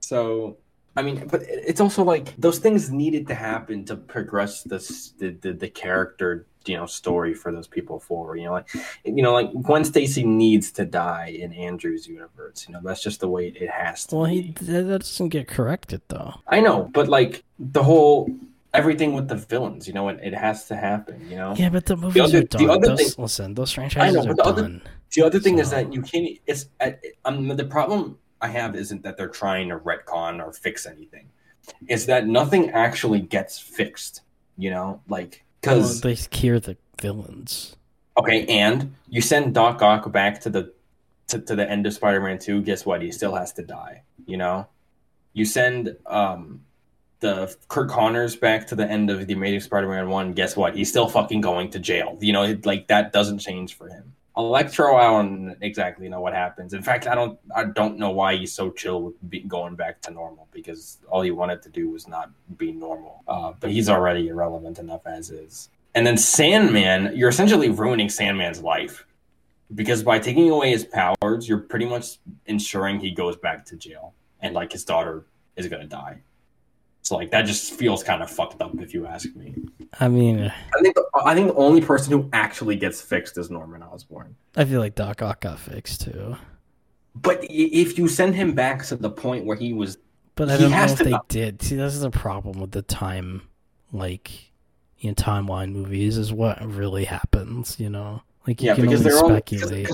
So I mean, but it- it's also like those things needed to happen to progress this the, the the character you know story for those people forward. You know, like you know, like Gwen Stacy needs to die in Andrew's universe. You know, that's just the way it has to. Well, be. he that that doesn't get corrected though. I know, but like the whole everything with the villains, you know, it, it has to happen. You know, Yeah, but the movies other- are the done. other those, thing- listen, those franchises know, are but the other- done. The other thing is So- that you can't. It's I, I'm the problem I have isn't that they're trying to retcon or fix anything. It's that nothing actually gets fixed. You know, like Well, because they cure the villains. okay, and you send Doc Ock back to the to, to the end of Spider-Man Two. Guess what? He still has to die. You know, you send um the Kurt Connors back to the end of the Amazing Spider-Man One. Guess what? He's still fucking going to jail. You know, it, like that doesn't change for him. Electro, I don't exactly know what happens. In fact, I don't. I don't know why he's so chill with be, going back to normal because all he wanted to do was not be normal. Uh, but he's already irrelevant enough as is. And then Sandman, you're essentially ruining Sandman's life because by taking away his powers, you're pretty much ensuring he goes back to jail and like his daughter is gonna die. So like that just feels kind of fucked up if you ask me. I mean, I think I think the only person who actually gets fixed is Norman Osborn. I feel like Doc Ock got fixed too, But i- if you send him back to the point where he was, but I He don't know has if to they not- did. See, this is the problem with the time, like, you know, timeline movies is what really happens. You know, like you yeah, can because only they're all speculate.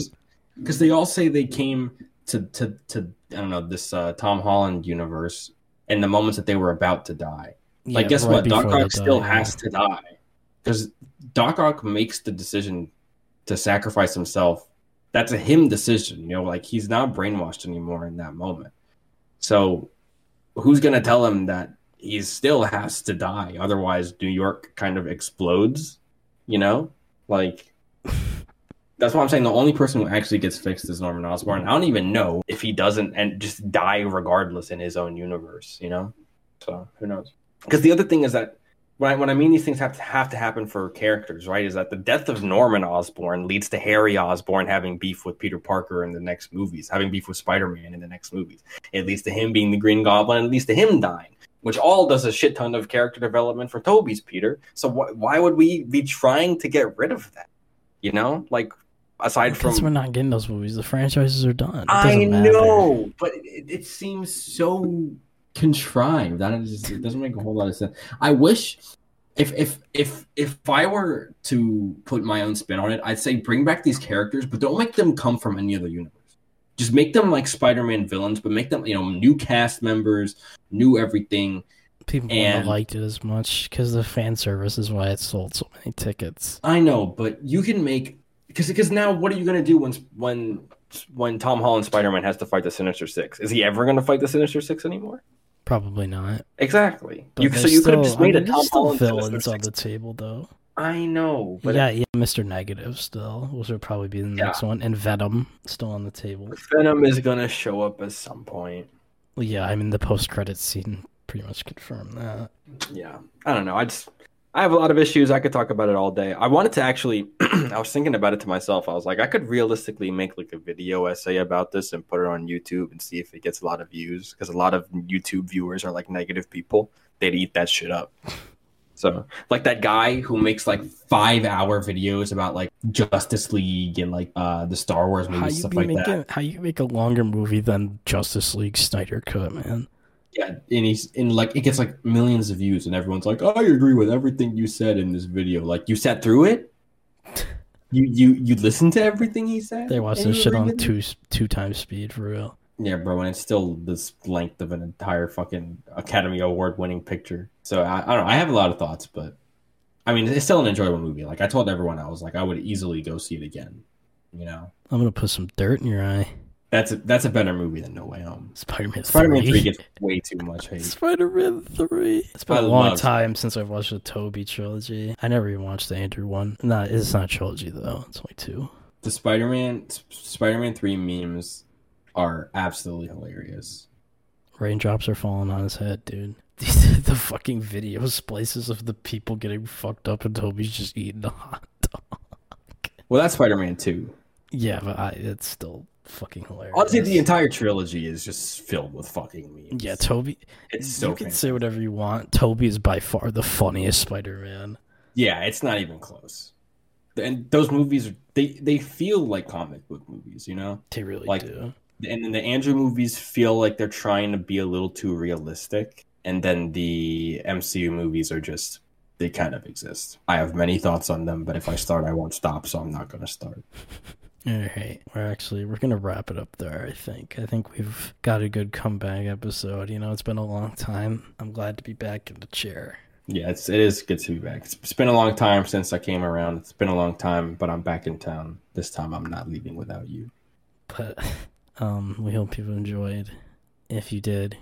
because they all say they came to to to I don't know this uh, Tom Holland universe in the moments that they were about to die. Like, Yeah, guess right what? Doc before they Ock still die, has to die because Doc Ock makes the decision to sacrifice himself. That's a him decision, you know. Like he's not brainwashed anymore in that moment. So, who's gonna tell him that he still has to die? Otherwise, New York kind of explodes. You know, like that's why I'm saying the only person who actually gets fixed is Norman Osborn. I don't even know if he doesn't and just die regardless in his own universe. You know, so who knows? because the other thing is that when I, when I mean these things have to have to happen for characters, right? Is that the death of Norman Osborn leads to Harry Osborn having beef with Peter Parker in the next movies, having beef with Spider Man in the next movies. It leads to him being the Green Goblin, it leads to him dying, which all does a shit ton of character development for Toby's Peter. So wh- why would we be trying to get rid of that? You know, like aside from Because we're not getting those movies. The franchises are done. It I doesn't matter. know, but it, it seems so contrived. That is just, it doesn't make a whole lot of sense. I wish if if if if I were to put my own spin on it, I'd say bring back these characters, but don't make them come from any other universe. Just make them like Spider-Man villains, but make them you know new cast members, new everything. People And- wouldn't have liked it as much because the fan service is why it sold so many tickets. I know, but you can make because because now what are you gonna do when when when Tom Holland Spider-Man has to fight the Sinister Six? Is he ever gonna fight the Sinister Six anymore? Probably not. Exactly. But you, there's so you could still, have just made I a mean, Tom there's still Holland villains villains on the table, though. I know, but yeah, yeah, Mr. Negative still, which would probably be the Yeah. next one, and Venom still on the table. Venom is gonna show up at some point. Well, Yeah, I mean the post-credit scene pretty much confirmed that. Yeah, I don't know. I just I have a lot of issues. I could talk about it all day. I wanted to actually. I was thinking about it to myself. I was like, I could realistically make like a video essay about this and put it on YouTube and see if it gets a lot of views because a lot of YouTube viewers are like negative people. They'd eat that shit up. So, like that guy who makes like five hour videos about like Justice League and like uh the Star Wars movies How and you stuff be like that. making, how you make a longer movie than Justice League Snyder cut, man? Yeah, and he's and like it gets like millions of views, and everyone's like, "I agree with everything you said in this video." Like you sat through it, you you you listened to everything he said. They watch and this you shit agree on with two two times speed for real. it? Yeah, bro, and it's still this length of an entire fucking Academy Award winning picture. So I, I don't know. I have a lot of thoughts, but I mean, it's still an enjoyable movie. Like I told everyone, I was like, I would easily go see it again. You know, I'm gonna put some dirt in your eye. that's a, that's a better movie than No Way Home. Spider-Man. Spider-Man Three 3 gets way too much hate. Spider-Man 3. It's been I a long love- time since I've watched the Toby trilogy. I never even watched the Andrew one. Nah, it's not a trilogy though. It's only two. the Spider-Man Spider-Man 3 memes are absolutely hilarious. Raindrops are falling on his head, dude. the fucking videos places of the people getting fucked up and Toby's just eating a hot dog. Well, that's Spider Man 2. Yeah, but I, it's still fucking hilarious. Honestly, the entire trilogy is just filled with fucking memes. yeah, Toby. it's so you can fantastic. say whatever you want. Toby is by far the funniest Spider-Man. Yeah, it's not even close. And those movies, they they feel like comic book movies, you know. They really Like- do. And then the Andrew movies feel like they're trying to be a little too realistic. And then the MCU movies are just they kind of exist. I have many thoughts on them, but if I start, I won't stop, so I'm not going to start. All right, we're actually we're gonna wrap it up there. I think. I think we've got a good comeback episode. You know, it's been a long time. I'm glad to be back in the chair. Yeah, it's it is good to be back. It's- it's been a long time since I came around. It's been a long time, but I'm back in town. This time, I'm not leaving without you. But um, we hope you've enjoyed. If you did,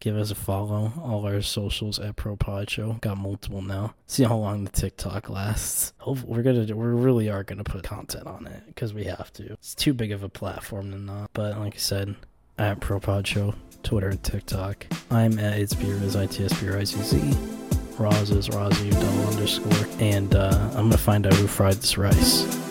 give us a follow. All our socials at Pro Pod Show got multiple now. See how long the TikTok lasts. Hope we're gonna do- we really are gonna put content on it because we have to. It's too big of a platform to not. But like I said, at Pro Pod Show, Twitter and TikTok. I'm at it's beer is its beer ICC. Roz is Roz U double underscore, and uh, I'm gonna find out who fried this rice.